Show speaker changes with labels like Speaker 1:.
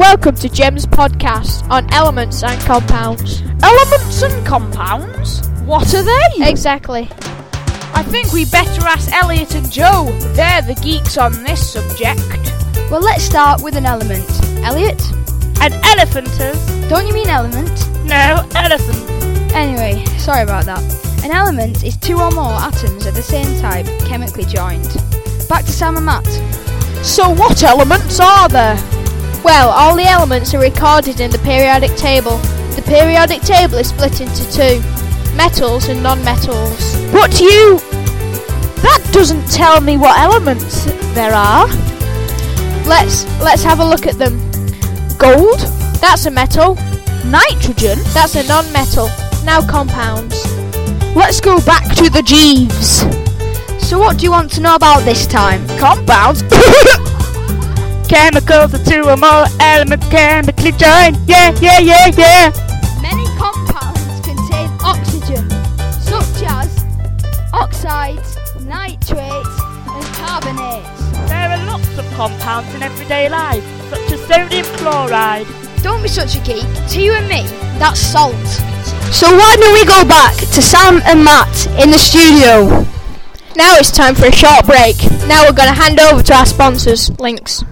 Speaker 1: Welcome to Jem's podcast on elements and compounds.
Speaker 2: Elements and compounds? What are they?
Speaker 1: Exactly.
Speaker 2: I think we better ask Elliot and Joe. They're the geeks on this subject.
Speaker 3: Well, let's start with an element. Elliot?
Speaker 4: An elephantus?
Speaker 3: Don't you mean element?
Speaker 4: No, elephant.
Speaker 3: Anyway, sorry about that. An element is two or more atoms of the same type chemically joined. Back to Sam and Matt.
Speaker 2: So, what elements are there?
Speaker 1: Well, all the elements are recorded in the periodic table. The periodic table is split into two metals and non metals.
Speaker 2: But you. That doesn't tell me what elements there are.
Speaker 1: Let's let's have a look at them.
Speaker 2: Gold,
Speaker 1: That's a metal,
Speaker 2: nitrogen.
Speaker 1: that's a non metal. Now compounds.
Speaker 2: Let's go back to the Jeeves.
Speaker 3: So, what do you want to know about this time?
Speaker 2: Compounds.
Speaker 4: Chemicals are two or more elements chemically joined. Yeah, yeah, yeah, yeah.
Speaker 3: Many compounds contain oxygen, such as oxides, nitrates, and carbonates.
Speaker 4: There are lots of compounds in everyday life, such as sodium chloride.
Speaker 3: Don't be such a geek. To you and me, that's salt.
Speaker 2: So why don't we go back to Sam and Matt in the studio?
Speaker 1: Now it's time for a short break. Now we're going to hand over to our sponsors, Links.